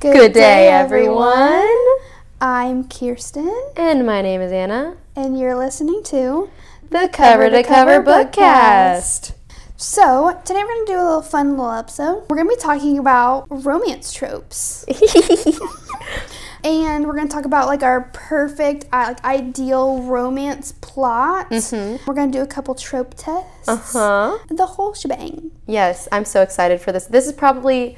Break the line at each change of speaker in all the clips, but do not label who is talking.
Good, I'm Kirsten,
And my name is Anna.
and you're listening to.
The
Cover to Cover Bookcast. So, today we're going to do a little fun little episode. We're going to be talking about romance tropes. And we're going to talk about like our perfect, uh, like ideal romance plot.
Mm-hmm.
We're going to do a couple trope tests.
Uh-huh. huh?
The whole shebang.
Yes, I'm so excited for this. This is probably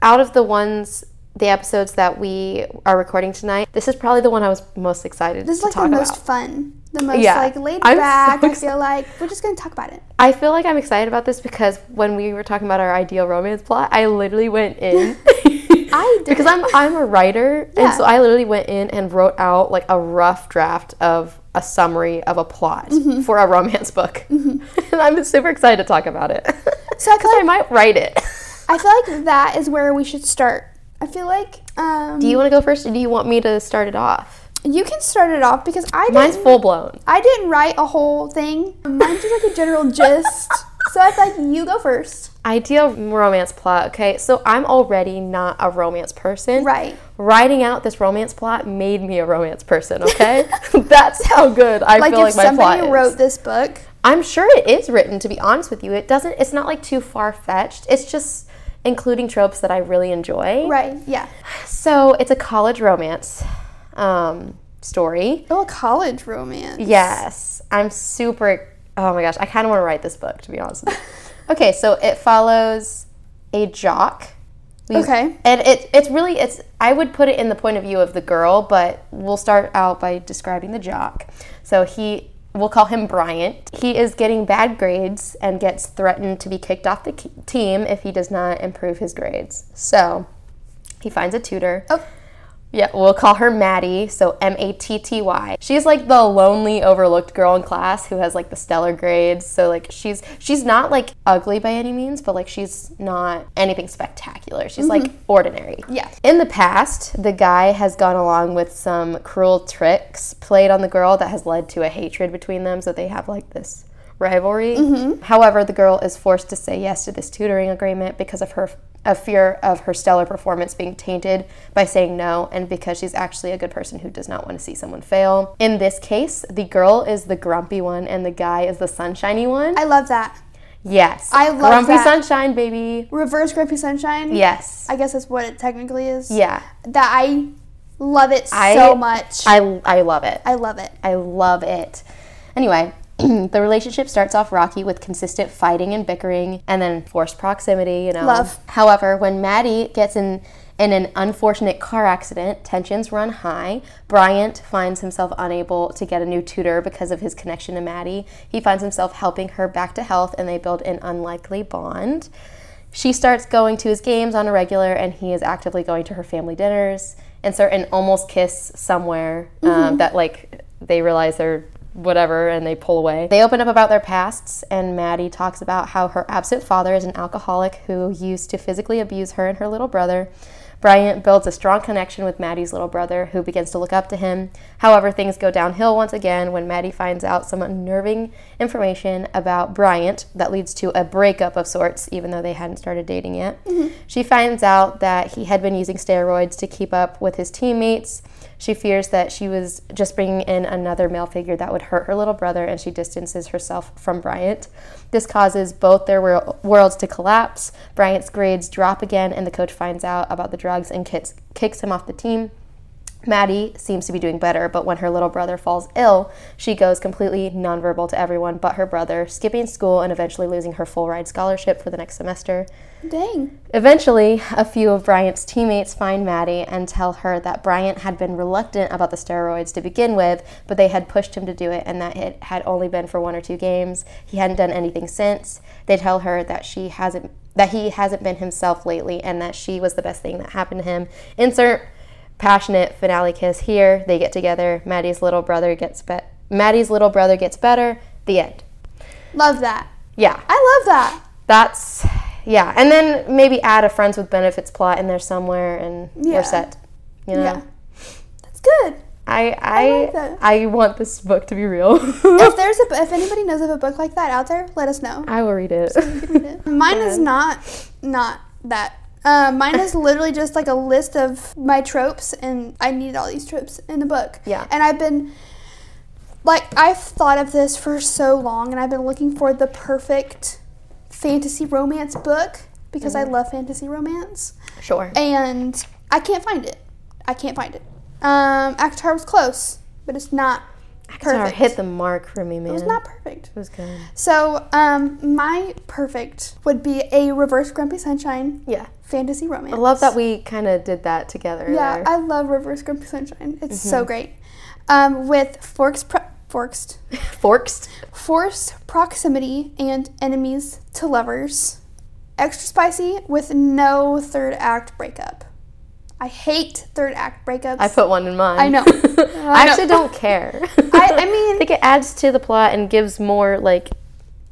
out of the ones, the episodes that we are recording tonight. This is probably the one I was most excited
This is
to
like
talk
the most
about.
fun, the most
Yeah.
like laid
I'm so
back. I
exci-
feel like we're just going to talk about it.
I feel like I'm excited about this because when we were talking about our ideal romance plot, I literally went in.
I did.
because I'm I'm a writer,
Yeah.
and so I literally went in and wrote out like a rough draft of a summary of a plot
Mm-hmm.
for a romance book, and I'm super excited to talk about it.
So I feel
because I might write it.
I feel like that is where we should start. I feel like um,
Do
you,
you want to go first, or do you want me to start it off?
can start it off because I
Mine's
didn't,
full blown.
I didn't write a whole thing. Mine's just like a general gist. So I feel like you go first.
Ideal romance plot. Okay, so I'm already not a romance person.
Right.
Writing out this romance plot made me a romance person. Okay, that's how good I
Like
feel like
if
my plot
somebody
is.
wrote this book,
I'm sure it is written, to be honest with you. It doesn't, it's not like too far fetched. It's just including tropes that I really enjoy.
right? Yeah.
So it's a college romance um, story.
Oh, a college romance.
Yes. I'm super, oh my gosh, I kind of want to write this book, to be honest with you. okay, so it follows a jock. We-
Okay.
And it, it's really, it's, I would put it in the point of view of the girl, but we'll start out by describing the jock. So he, we'll call him Bryant. He is getting bad grades and gets threatened to be kicked off the ke- team if he does not improve his grades. So he finds a tutor.
Oh.
Yeah, we'll call her Maddie, so M A T T Y. She's like the lonely, overlooked girl in class who has like the stellar grades. So like she's she's not like ugly by any means, but like she's not anything spectacular. She's like ordinary.
Yeah.
In the past, the guy has gone along with some cruel tricks played on the girl that has led to a hatred between them, so they have like this rivalry.
Mm-hmm.
However, the girl is forced to say yes to this tutoring agreement because of her a fear of her stellar performance being tainted by saying no and because she's actually a good person who does not want to see someone fail. In this case, the girl is the grumpy one and the guy is the sunshiny one.
I love that.
yes.
I love
grumpy
that.
sunshine baby.
Reverse Grumpy Sunshine.
Yes.
I guess that's what it technically is.
yeah.
That I love it
I-
so much. I,
I I love it.
love it.
I love it. Anyway, the relationship starts off rocky with consistent fighting and bickering and then forced proximity, you know.
Love.
However, when Maddie gets in in an unfortunate car accident, tensions run high. Bryant finds himself unable to get a new tutor because of his connection to Maddie. He finds himself helping her back to health and they build an unlikely bond. She starts going to his games on a regular, and he is actively going to her family dinners. Insert an almost kiss somewhere um, that, like, they realize they're whatever and they pull away. They open up about their pasts, and Maddie talks about how her absent father is an alcoholic who used to physically abuse her and her little brother. Bryant builds a strong connection with Maddie's little brother, who begins to look up to him. However, things go downhill once again when Maddie finds out some unnerving information about Bryant that leads to a breakup of sorts, even though they hadn't started dating yet. She finds out that he had been using steroids to keep up with his teammates. She fears that she was just bringing in another male figure that would hurt her little brother, and she distances herself from Bryant. This causes both their wor- worlds to collapse. Bryant's grades drop again, and the coach finds out about the drugs and kicks, kicks him off the team. Maddie seems to be doing better, but when her little brother falls ill, she goes completely nonverbal to everyone but her brother, skipping school and eventually losing her full ride scholarship for the next semester.
Dang.
Eventually, a few of Bryant's teammates find Maddie and tell her that Bryant had been reluctant about the steroids to begin with, but they had pushed him to do it and that it had only been for one or two games. He hadn't done anything since. They tell her that she hasn't that he hasn't been himself lately and that she was the best thing that happened to him. Insert passionate finale kiss here. They get together. Maddie's little brother gets be- Maddie's little brother gets better. The end.
Love that.
Yeah.
I love that.
That's yeah, and then maybe add a friends with benefits plot in there somewhere, and
Yeah.
we're set. You know,
Yeah. That's good.
I
I
I
like that.
I, want this book to be real.
if there's a, if anybody knows of a book like that out there, let us know.
I will read it.
Mine is not not that Uh, mine is literally just like a list of my tropes, and I need all these tropes in the book.
Yeah.
And I've been, like, I've thought of this for so long, and I've been looking for the perfect fantasy romance book because I love fantasy romance,
Sure.
and I can't find it. I can't find it. Um, Avatar was close, but it's not
Sorry,
perfect.
hit the mark for me, man.
It was not perfect.
It was good.
So, um, my perfect would be a reverse Grumpy Sunshine
Yeah.
fantasy romance.
I love that we kind of did that together.
Yeah,
there.
I love Reverse Grumpy Sunshine. It's
Mm-hmm.
so great. Um, with forks, pro- forks,
Forks.
forced proximity and enemies to lovers. Extra spicy with no third act breakup. I hate third act breakups.
I put one in mine.
I know.
I
know.
actually don't care.
I- I mean-
I think it adds to the plot and gives more, like,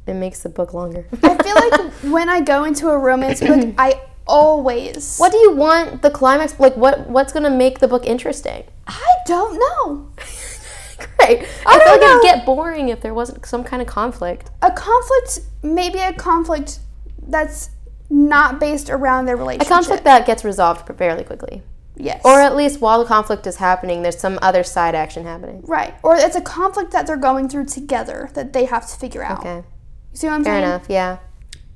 it makes the book longer.
I feel like when I go into a romance book, I always
What do you want the climax? Like, what what's going to make the book interesting?
I don't know.
Great. I,
don't
feel like
know.
it'd get boring if there wasn't some kind of conflict.
A conflict, maybe a conflict that's not based around their
A
relationship.
conflict that gets resolved fairly quickly.
yes.
Or at least while the conflict is happening, there's some other side action happening.
Right. Or it's a conflict that they're going through together that they have to figure out.
Okay.
You see what I'm
Fair
saying?
enough. Yeah.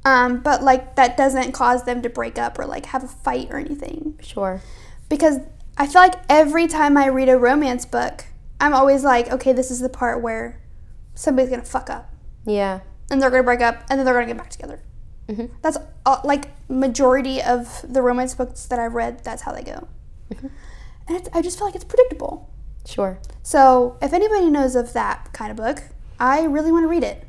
Um, but like that doesn't cause them to break up or like have a fight or anything.
Sure.
Because I feel like every time I read a romance book, I'm always like, okay, this is the part where somebody's gonna fuck up
Yeah.
and they're gonna break up and then they're gonna get back together.
Mhm.
That's all, like majority of the romance books that I've read. That's how they go. And it's, I just feel like it's predictable.
Sure.
So, if anybody knows of that kind of book, I really want to read it.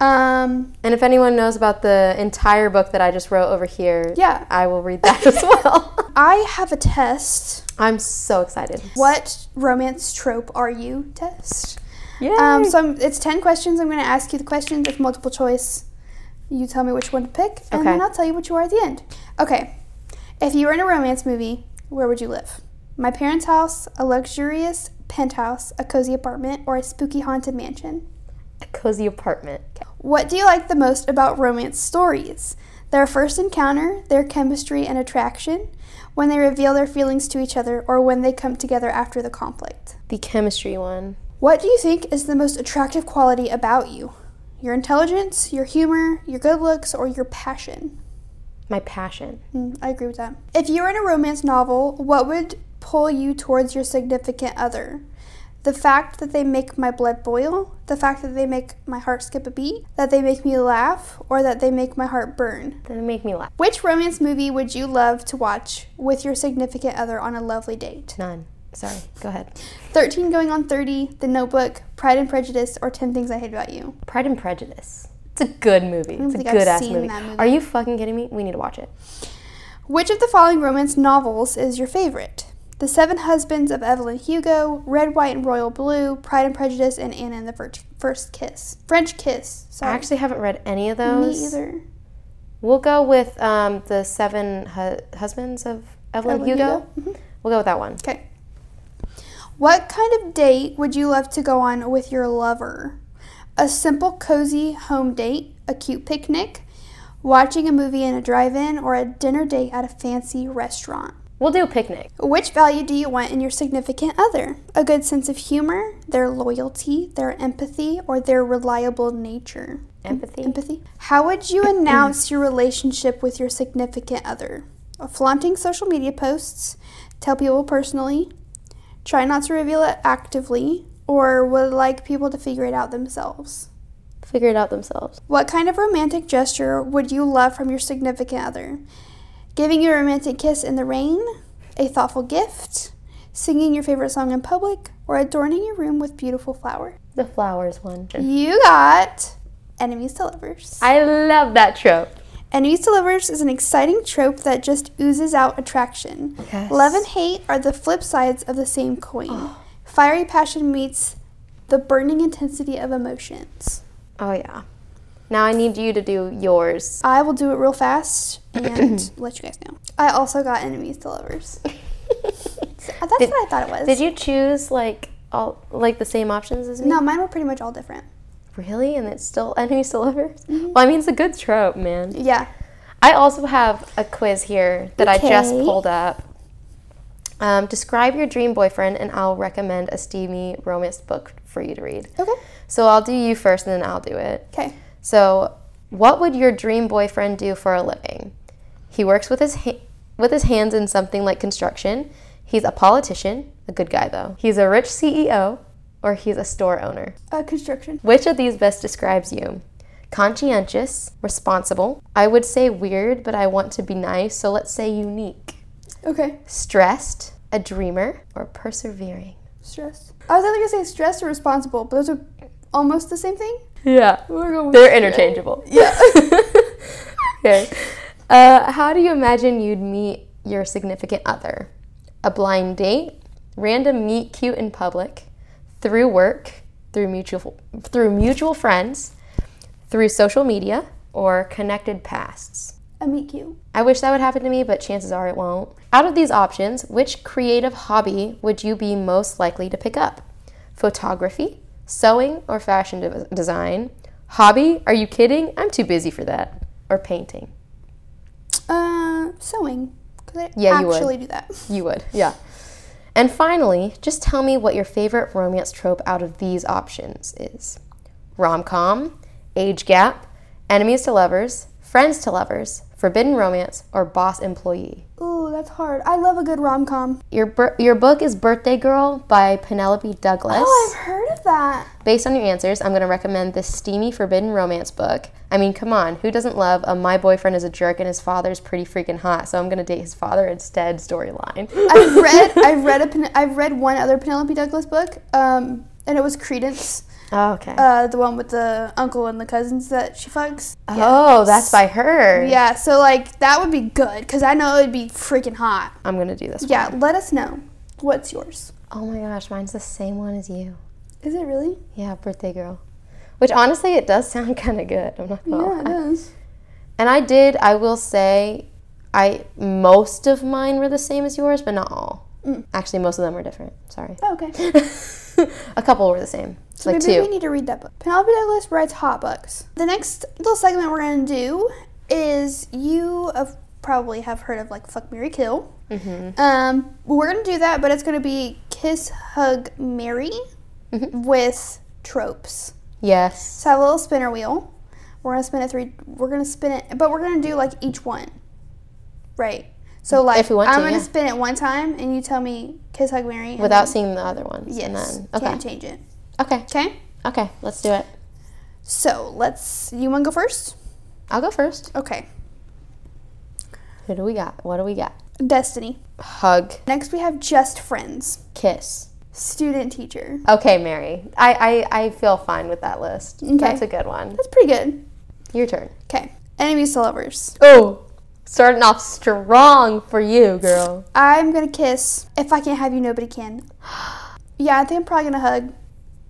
um,
And if anyone knows about the entire book that I just wrote over here,
yeah,
I will read that as well.
I have a test.
I'm so excited.
What romance trope are you test?
Yeah.
Um, so I'm, it's ten questions. I'm going to ask you the questions. It's multiple choice. You tell me which one to pick, and
Okay.
then I'll tell you what you are at the end. Okay. If you were in a romance movie, where would you live? My parents' house, a luxurious penthouse, a cozy apartment, or a spooky haunted mansion?
a cozy apartment.
What do you like the most about romance stories? Their first encounter, their chemistry and attraction, when they reveal their feelings to each other, or when they come together after the conflict.
The chemistry one.
What do you think is the most attractive quality about you? Your intelligence, your humor, your good looks, or your passion?
My passion.
Hmm, I agree with that. If you were in a romance novel, what would pull you towards your significant other? The fact that they make my blood boil, the fact that they make my heart skip a beat, that they make me laugh, or that they make my heart burn.
That make me laugh.
Which romance movie would you love to watch with your significant other on a lovely date?
None. Sorry. Go ahead.
13 Going on 30, The Notebook, Pride and Prejudice, or 10 Things I Hate About You?
Pride and Prejudice. It's a good movie. It's a
think
good
I've
ass
seen
movie.
that movie.
Are you fucking kidding me? We need to watch it.
Which of the following romance novels is your favorite? The Seven Husbands of Evelyn Hugo, Red, White, and Royal Blue, Pride and Prejudice, and Anna and the Fir- First Kiss. French Kiss.
I
Sorry.
actually haven't read any of
me
those.
either.
We'll go with um, the Seven hu- Husbands of Evelyn,
Evelyn Mm-hmm.
Hugo. Mm-hmm. We'll go with that one.
Okay. What kind of date would you love to go on with your lover? A simple, cozy home date, a cute picnic, watching a movie in a drive in, or a dinner date at a fancy restaurant?
We'll do a picnic.
Which value do you want in your significant other? A good sense of humor, their loyalty, their empathy, or their reliable nature?
Empathy.
Empathy. How would you announce your relationship with your significant other? Flaunting social media posts, tell people personally, try not to reveal it actively, or would like people to figure it out themselves?
Figure it out themselves.
What kind of romantic gesture would you love from your significant other? Giving you a romantic kiss in the rain, a thoughtful gift, singing your favorite song in public, or adorning your room with beautiful flowers?
The flowers one.
You got enemies to lovers.
I love that trope.
Enemies to lovers is an exciting trope that just oozes out attraction.
Yes.
Love and hate are the flip sides of the same coin. Fiery passion meets the burning intensity of emotions.
Oh yeah. Now I need you to do yours.
I will do it real fast and let you guys know. I also got enemies to lovers. That's
Did-
what I thought it was.
Did you choose like all like the same options as me?
No, mine were pretty much all different. Mm-hmm.
Really? And it's still enemies to lovers? Well, I mean it's a good trope, man.
Yeah.
I also have a quiz here that I just
Okay.
pulled up. Um, describe your dream boyfriend, and I'll recommend a steamy romance book for you to read.
Okay.
So I'll do you first, and then I'll do it.
Okay.
So, what would your dream boyfriend do for a living? He works with his ha- with his hands in something like construction. He's a politician, a good guy though. He's a rich CEO, or he's a store owner.
Uh, construction.
Which of these best describes you? Conscientious, responsible. I would say weird, but I want to be nice, so let's say unique.
Okay.
Stressed, a dreamer, or persevering.
Stress. I was either gonna say stress or responsible, but those are almost the same thing.
Yeah.
We're going with
They're
stress.
interchangeable.
Yeah.
okay. Uh, how do you imagine you'd meet your significant other? A blind date, random meet cute in public, through work, through mutual through mutual friends, through social media, or connected pasts.
A meet cute.
I wish that would happen to me, but chances are it won't. Out of these options, which creative hobby would you be most likely to pick up? Photography, sewing, or fashion de- design? Hobby? Are you kidding? I'm too busy for that. Or painting.
Uh, sewing. 'Cause I
Yeah, you would.
actually do that.
You would, yeah. And finally, just tell me what your favorite romance trope out of these options is rom com, age gap, enemies to lovers, friends to lovers, forbidden romance, or boss employee.
Ooh, that's hard. I love a good rom com.
Your, bir- your book is Birthday Girl by Penelope Douglas.
Oh, I've heard of that.
Based on your answers, I'm going to recommend this steamy forbidden romance book. I mean, come on, who doesn't love a my boyfriend is a jerk and his father's pretty freaking hot, so I'm going to date his father instead storyline.
I've read. I've read a. Pen- I've read one other Penelope Douglas book. Um, and it was Credence.
oh, okay.
Uh, the one with the uncle and the cousins that she fucks.
Oh, that's by her.
Yeah, so like that would be good because I know it would be freaking hot.
I'm going to do this one.
Yeah, let us know what's yours.
Oh my gosh, mine's the same one as you.
Is it really?
Yeah, Birthday Girl. Which honestly, it does sound kind of good. I'm not going to lie.
it is.
And I did, I will say, I most of mine were the same as yours, but not all.
Mm.
Actually, most of them were different. Sorry.
Oh, okay.
a couple were the same.
So
like
maybe
two.
we need to read that book. Penelope Douglas writes hot books. The next little segment we're gonna do is you have probably have heard of like fuck Mary Kill. Mm-hmm. Um, we're gonna do that, but it's gonna be kiss, hug, Mary
Mm-hmm.
with tropes.
yes.
So I have a little spinner wheel. We're gonna spin it three. We're gonna spin it, but we're gonna do like each one, right? So like
If we want
I'm
to,
gonna
yeah.
spin it one time, and you tell me kiss, hug, Mary and
Without
then-
seeing the other ones. and
yes,
then-
can't
okay.
change it.
Okay.
Okay,
Okay. Let's do it.
so let's. You wanna go first?
I'll go first.
Okay,
Who do we got? What do we got?
Destiny.
Hug.
Next we have just friends,
Kiss.
student teacher.
Okay, Mary. I, I, I feel fine with that list.
Okay.
That's a good one.
That's pretty good.
Your turn.
Okay, enemies to lovers.
Oh. Starting off strong for you, girl.
I'm gonna kiss. If I can't have you, nobody can. Yeah, I think I'm probably gonna hug.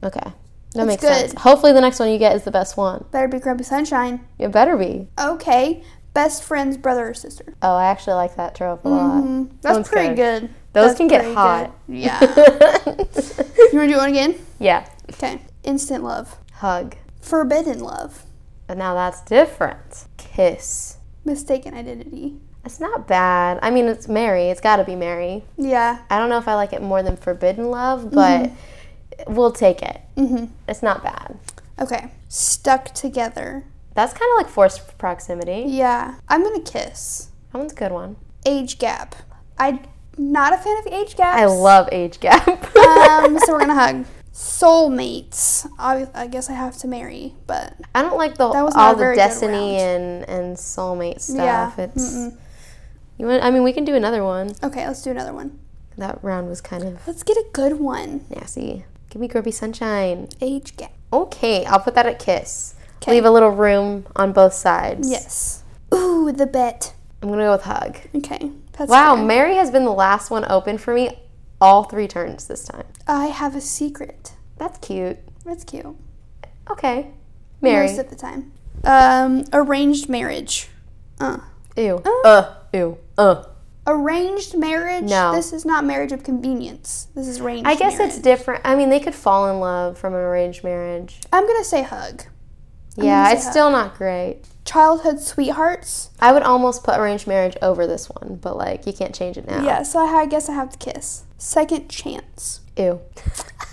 Okay. That makes
good.
sense. Hopefully the next one you get is the best one.
Better be grumpy sunshine.
It better be.
Okay, best friend's brother or sister.
Oh, I actually like that trope a lot.
Mm, that's
one's
pretty good.
Those
That's
can get
pretty
hot.
good. Yeah. you want to do one again?
yeah.
Okay. Instant love.
Hug.
Forbidden love.
But now that's different. Kiss.
Mistaken identity.
It's not bad. I mean, it's Mary. It's got to be Mary.
Yeah.
I don't know if I like it more than Forbidden
Mm-hmm.
Love, but we'll take it.
Mhm.
It's not bad.
Okay. Stuck together.
That's kind of like forced proximity.
Yeah. I'm gonna kiss.
That one's a good one.
Age gap. I'm not a fan of age gaps.
I love age gap.
Um. so we're gonna hug. Soulmates. I, I guess I have to marry, but
I don't like the
That was not
all
a very
the
good
destiny and and soulmate
Yeah,
stuff. It's you want. I mean, we can do another one.
okay. Let's do another one.
That round was kind of
Let's get a good one.
nasty. Give me Grumpy Sunshine.
Age gap.
Okay, I'll put that at kiss.
'Kay.
Leave a little room on both sides.
Yes. Ooh, the bet.
I'm gonna go with hug.
Okay. That's
Wow,
fair.
Mary has been the last one open for me all three turns this time.
I have a secret.
That's cute.
That's cute.
Okay. Mary.
Most of the time. Um, arranged marriage. Uh.
ew. Uh, ew. Uh.
Arranged marriage?
No.
This is not marriage of convenience. This is arranged
I guess
marriage.
it's different. I mean, they could fall in love from an arranged marriage.
I'm going to say hug.
yeah,
say
it's still not great.
childhood sweethearts.
I would almost put arranged marriage over this one, but like you can't change it now.
Yeah, so I, I guess I have to kiss. Second chance.
Ew.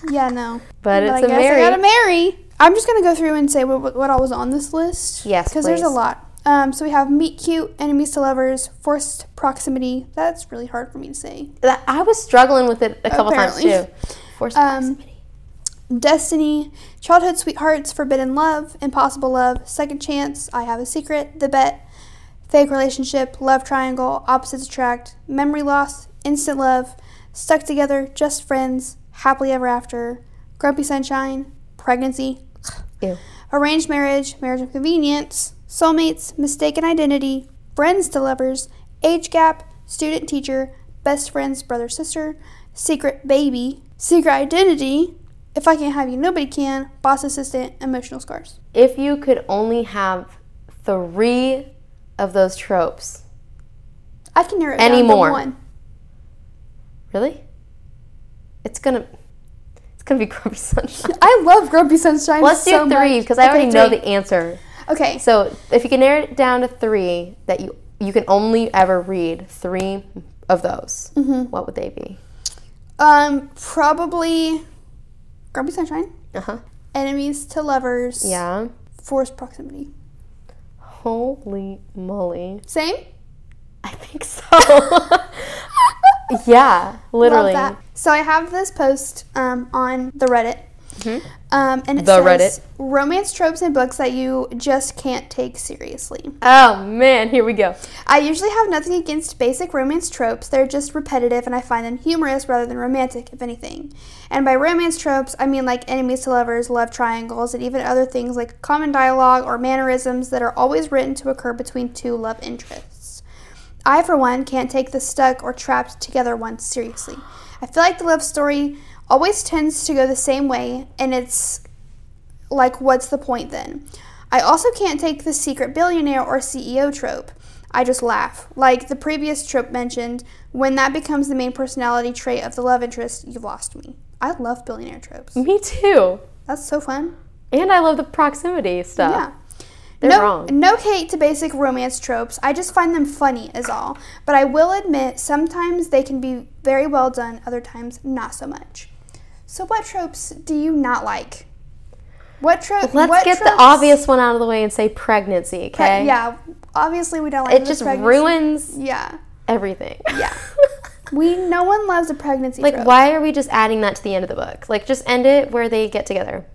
Yeah, no.
But it's
I
a
guess
marriage.
I gotta marry. I'm just gonna go through and say what, what, what all was on this list.
Yes,
because there's a
please.
lot. Um, so we have meet cute, enemies to lovers, forced proximity. That's really hard for me to say.
That- I was struggling with it a couple times
Apparently.
too. Forced
Um,
proximity.
Destiny, childhood sweethearts, forbidden love, impossible love, second chance, I have a secret, the bet, fake relationship, love triangle, opposites attract, memory loss, instant love, stuck together, just friends, happily ever after, grumpy sunshine, pregnancy,
Ew.
arranged marriage, marriage of convenience, soulmates, mistaken identity, friends to lovers, age gap, student teacher, best friends, brother sister, secret baby, secret identity, if I can't have you, nobody can, boss assistant, emotional scars.
If you could only have three of those tropes,
I can narrow it
Any
down
more?
to one.
really, it's gonna it's gonna be grumpy sunshine.
I love Grumpy Sunshine.
Let's do
so
three
much.
because I
Okay,
already know
three.
the answer.
Okay,
So if you can narrow it down to three that you you can only ever read three of those,
Mm-hmm.
what would they be?
um, probably Grumpy Sunshine,
Uh huh.
enemies to lovers,
Yeah.
forced proximity.
Holy moly.
Same.
I think so. yeah,
Love
literally.
that. So I have this post um, on the Reddit. Um, and it
Mm-hmm. The
says romance tropes in books that you just can't take seriously.
Oh man, here we go.
I usually have nothing against basic romance tropes. They're just repetitive and I find them humorous rather than romantic, if anything. And by romance tropes, I mean like enemies to lovers, love triangles, and even other things like common dialogue or mannerisms that are always written to occur between two love interests. I, for one, can't take the stuck or trapped together one seriously. I feel like the love story always tends to go the same way, and it's like, what's the point then? I also can't take the secret billionaire or CEO trope. I just laugh. Like the previous trope mentioned, when that becomes the main personality trait of the love interest, you've lost me. I love billionaire tropes.
Me too.
That's so fun.
And I love the proximity stuff.
Yeah.
They're
no,
wrong.
no hate to basic romance tropes. I just find them funny, is all. But I will admit, sometimes they can be very well done, other times, not so much. So, what tropes do you not like? What trope?
Let's
what
get the
tropes-
obvious one out of the way and say pregnancy,
Pre-
okay?
Yeah, obviously we don't like
It
the
just
pregnancy.
ruins
Yeah,
everything.
Yeah. we no one loves a pregnancy.
like,
trope.
why are we just adding that to the end of the book? Like, just end it where they get together.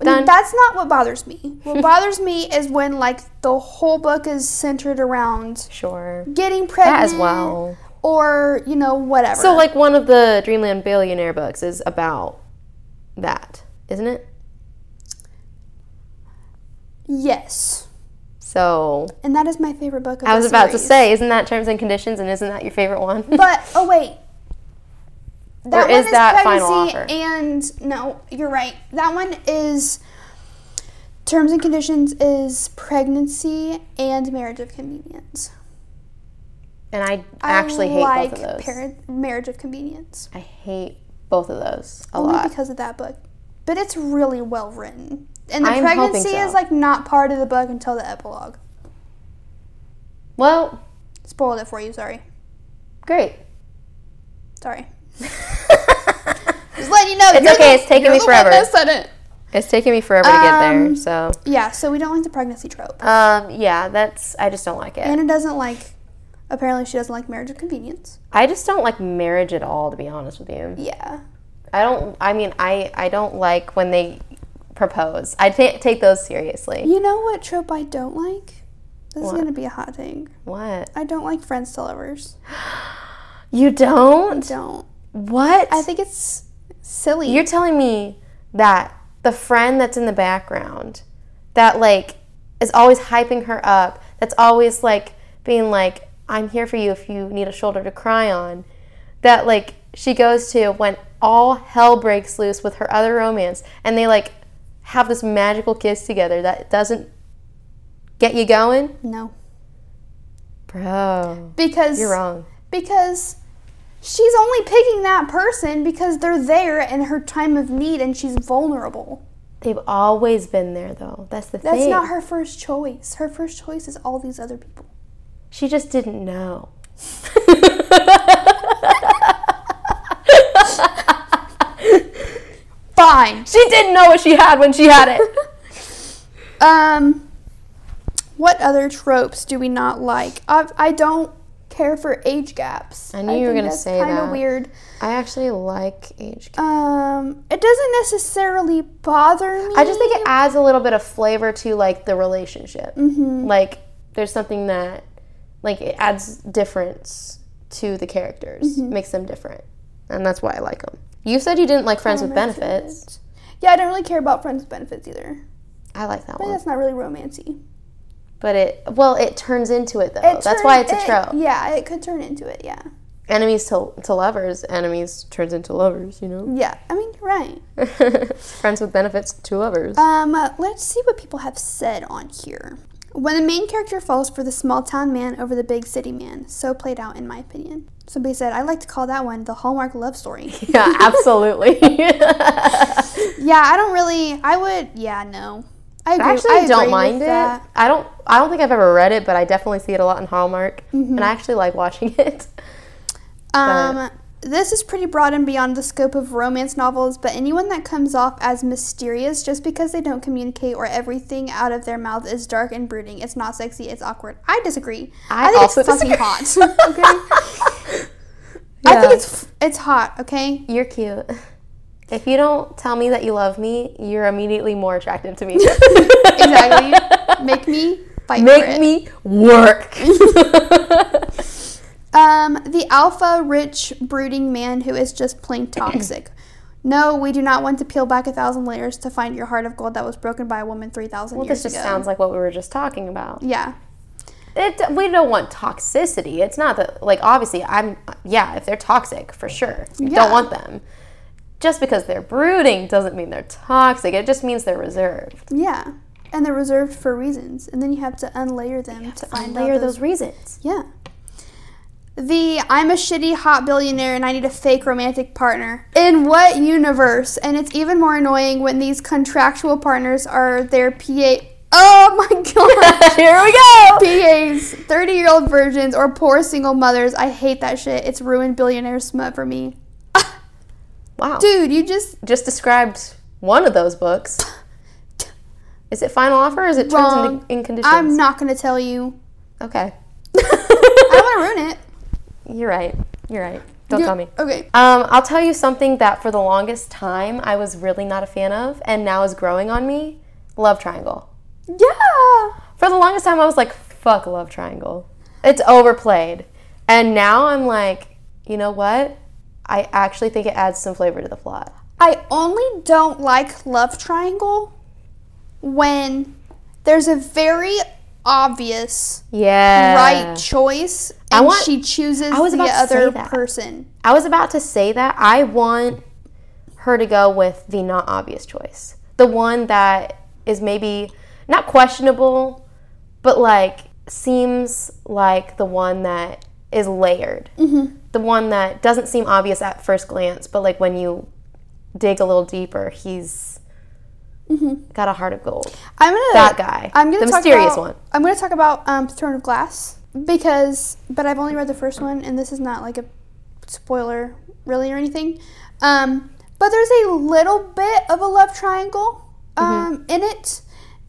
done?
That's not what bothers me. What bothers me is when like the whole book is centered around
Sure.
getting pregnant
That as well.
or you know whatever.
So, like, one of the Dreamland Billionaire books is about that, isn't it?
yes,
So,
and that is my favorite book. Of
I was
the
about to
series.
say, isn't that terms and conditions, and isn't that your favorite one?
but oh wait. That
Or is that final offer?
And no, you're right. That one is terms and conditions is pregnancy and marriage of convenience.
and I actually
I
hate
like
both of those.
Parent, marriage of convenience
I hate both of those a
only
lot.
because of that book, but it's really well written. And the
I'm hoping
pregnancy
so.
is like not part of the book until the epilogue.
Well,
Spoiled it for you. Sorry,
great.
sorry. Just letting you know.
It's
you're
okay,
the-
it's taking
you're
me
the one
forever.
that said it.
it's taking me forever to get there.
Um,
So,
Yeah, so we don't like the pregnancy trope.
um, yeah, that's I just don't like it.
Anna doesn't like. Apparently, she doesn't like marriage of convenience.
I just don't like marriage at all, to be honest with you.
Yeah.
I don't. I mean, I I don't like when they propose. I ta- take those seriously.
You know what trope I don't like? This is
What?
gonna be a hot thing.
What?
I don't like friends to lovers.
You
I
don't?
don't.
What?
I think it's silly.
You're telling me that the friend that's in the background, that like is always hyping her up, that's always like being like, I'm here for you if you need a shoulder to cry on, that like she goes to when all hell breaks loose with her other romance and they like have this magical kiss together that doesn't get you going?
no,
Bro,
because
you're wrong.
because she's only picking that person because they're there in her time of need and she's vulnerable.
They've always been there, though. That's the
That's
thing.
not her first choice. Her first choice is all these other people.
She just didn't know.
Fine.
She didn't know what she had when she had it.
Um, what other tropes do we not like? I've, I don't care for age gaps.
I knew you were gonna say
Kind of
that.
weird.
I actually like age.
Um, it doesn't necessarily bother me.
I just think it adds a little bit of flavor to like the relationship.
Mm-hmm.
Like there's something that like it adds difference to the characters,
Mm-hmm.
makes them different, and that's why I like them. You said you didn't like
Oh,
Friends with Benefits.
yeah, I don't really care about friends with benefits either.
I like that
But
one,
that's not really romancy.
but it well it turns into it though. that's why it's a trope.
yeah, it could turn into it. Yeah,
Enemies to to lovers, enemies turns into lovers. You know,
yeah. I mean, you're right.
Friends with Benefits to lovers.
Um, uh, let's see what people have said on here. When the main character falls for the small town man over the big city man, so played out in my opinion. Somebody said, I like to call that one the Hallmark love story.
yeah, absolutely.
yeah, I don't really, I would, yeah, no. I agree,
I actually
I
don't
agree
mind
with
it.
that.
I don't. I don't think I've ever read it, but I definitely see it a lot in Hallmark,
Mm-hmm.
and I actually like watching it.
Um, this is pretty broad and beyond the scope of romance novels, but anyone that comes off as mysterious just because they don't communicate or everything out of their mouth is dark and brooding, it's not sexy, it's awkward. I disagree.
I
think
also
it's fucking
disagree.
hot. okay. I think it's it's hot. Okay.
you're cute. If you don't tell me that you love me, you're immediately more attracted to me.
Exactly. Make me fight for
Make
it.
me work.
Um, the alpha, rich, brooding man who is just plain toxic. No, we do not want to peel back a thousand layers to find your heart of gold that was broken by a woman three thousand years
this just
ago.
sounds like what we were just talking about.
yeah.
It, we don't want toxicity. It's not that like obviously I'm yeah if they're toxic for sure You
Yeah.
don't want them. Just because they're brooding doesn't mean they're toxic. It just means they're reserved.
Yeah, and they're reserved for reasons, and then you have to unlayer them to, find
layer
out those.
those, reasons.
Yeah. The I'm a shitty hot billionaire and I need a fake romantic partner. In what universe? And it's even more annoying when these contractual partners are their PA. Oh my god.
Here we go.
PAs, 30 year old virgins, or poor single mothers. I hate that shit. It's ruined billionaire smut for me.
Wow.
Dude, you just
Just described one of those books. Is it final offer or is it terms
wrong.
and in conditions?
I'm not gonna tell you.
okay.
I don't wanna ruin it.
You're right. You're right. Don't tell me.
Okay.
Um, I'll tell you something that for the longest time I was really not a fan of and now is growing on me. Love triangle.
Yeah.
For the longest time I was like, fuck love triangle. It's overplayed. And now I'm like, you know what? I actually think it adds some flavor to the plot.
I only don't like love triangle when there's a very obvious
Yeah.
right choice and
Uh, want-
she chooses
was
the
about to say
other
that.
person.
I was about to say that I want her to go with the not obvious choice. The one that is maybe not questionable, but like seems like the one that is layered.
Mm-hmm.
The one that doesn't seem obvious at first glance, but like when you dig a little deeper, he's got a heart of gold.
I'm gonna
That guy.
Mm-hmm. I'm gonna
The
talk
mysterious
about-
one.
I'm gonna talk about um, Throne of Glass because, but I've only read the first one, and this is not like a spoiler really or anything. Um, but there's a little bit of a love triangle
Mm-hmm.
um, in it,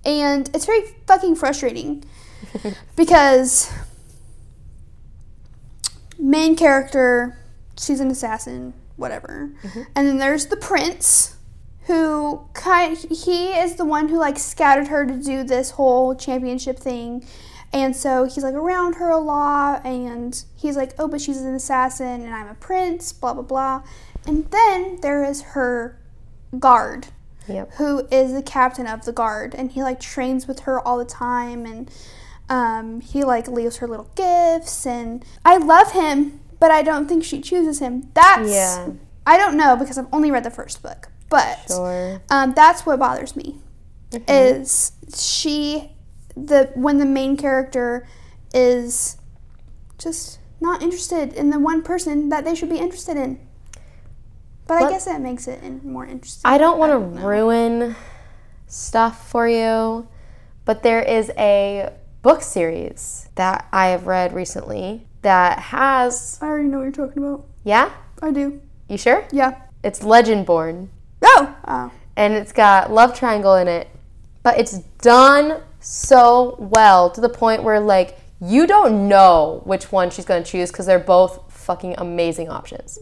and it's very fucking frustrating because main character, she's an assassin, whatever,
Mm-hmm.
and then there's the prince who kind he is the one who like scattered her to do this whole championship thing and so he's like around her a lot and he's like oh but she's an assassin and i'm a prince blah blah blah and then there is her guard
Yep.
who is the captain of the guard and he like trains with her all the time and um, he like leaves her little gifts and i love him but i don't think she chooses him that's
Yeah.
i don't know because i've only read the first book but
Sure.
um, that's what bothers me is she the when the main character is just not interested in the one person that they should be interested in but i
What-
guess that makes it in- more interesting
I don't want to ruin stuff for you. But there is a book series that I have read recently that has,
I already know what you're talking about.
yeah,
I do.
you sure?
Yeah.
It's Legendborn.
Oh. Oh.
and it's got love triangle in it but it's done so well to the point where like you don't know which one she's going to choose because they're both fucking amazing options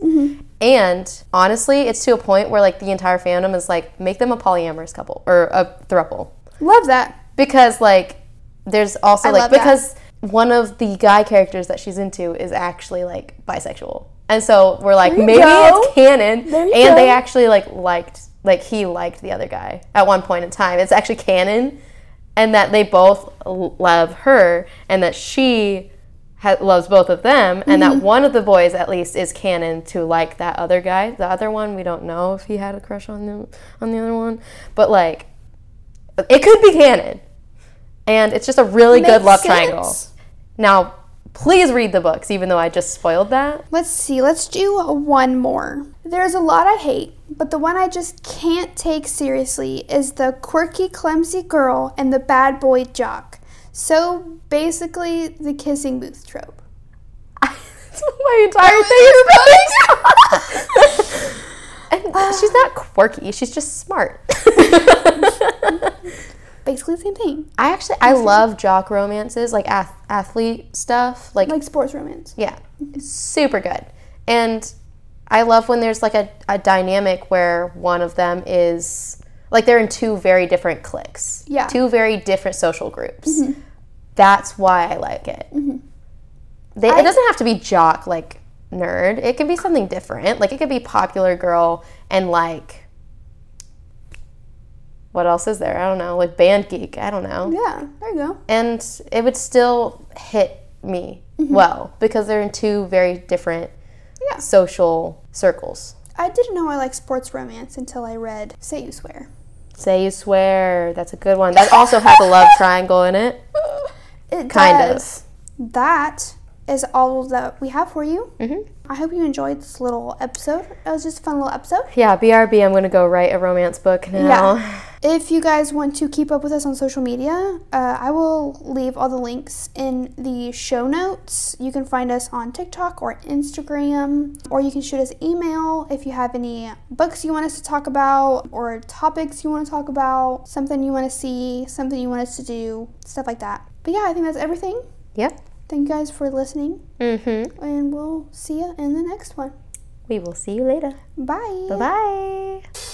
and honestly it's to a point where like the entire fandom is like make them a polyamorous couple or a throuple
Love that.
because like there's also like
love that.
because one of the guy characters that she's into is actually like bisexual and so we're like
you
maybe
go.
it's canon
There you
and they
go.
actually like liked like he liked the other guy at one point in time it's actually canon and that they both l- love her and that she ha- loves both of them and
Mm-hmm.
that one of the boys at least is canon to like that other guy the other one we don't know if he had a crush on them on the other one but like it could be canon and it's just a really good
Makes
love
sense.
triangle now please read the books even though i just spoiled that
Let's see, let's do one more. There's a lot I hate, but the one I just can't take seriously is the quirky, clumsy girl and the bad boy jock. So basically, the kissing booth trope.
That's what my entire thing is about. and she's not quirky. She's just smart.
Basically, the same thing,
I actually I love jock romances, like ath- athlete stuff. Like,
like sports romance.
yeah, super good. And I love when there's like a, a dynamic where one of them is like they're in two very different cliques.
Yeah.
Two very different social groups. That's why I like it. They, it doesn't have to be jock like nerd. It can be something different. Like it could be popular girl and like what else is there? I don't know. Like band geek. I don't know.
Yeah, there you go.
And it would still hit me well because they're in two very different
Mm-hmm. Yeah.
social circles.
I didn't know I liked sports romance until I read Say You Swear.
Say you swear. That's a good one. That also has a love triangle in it.
It
Kind
does. That is all that we have for you. Mm-hmm. I hope you enjoyed this little episode. It was just a fun little episode.
of. Yeah, BRB, I'm going to go write a romance book now.
Yeah. If you guys want to keep up with us on social media, uh, I will leave all the links in the show notes. You can find us on TikTok or Instagram, or you can shoot us email if you have any books you want us to talk about, or topics you want to talk about, something you want to see, something you want us to do, stuff like that. But yeah, I think that's everything.
Yep.
Thank you guys for listening,
Mm-hmm.
and we'll see you in the next one.
We will see you later.
Bye.
Bye-bye.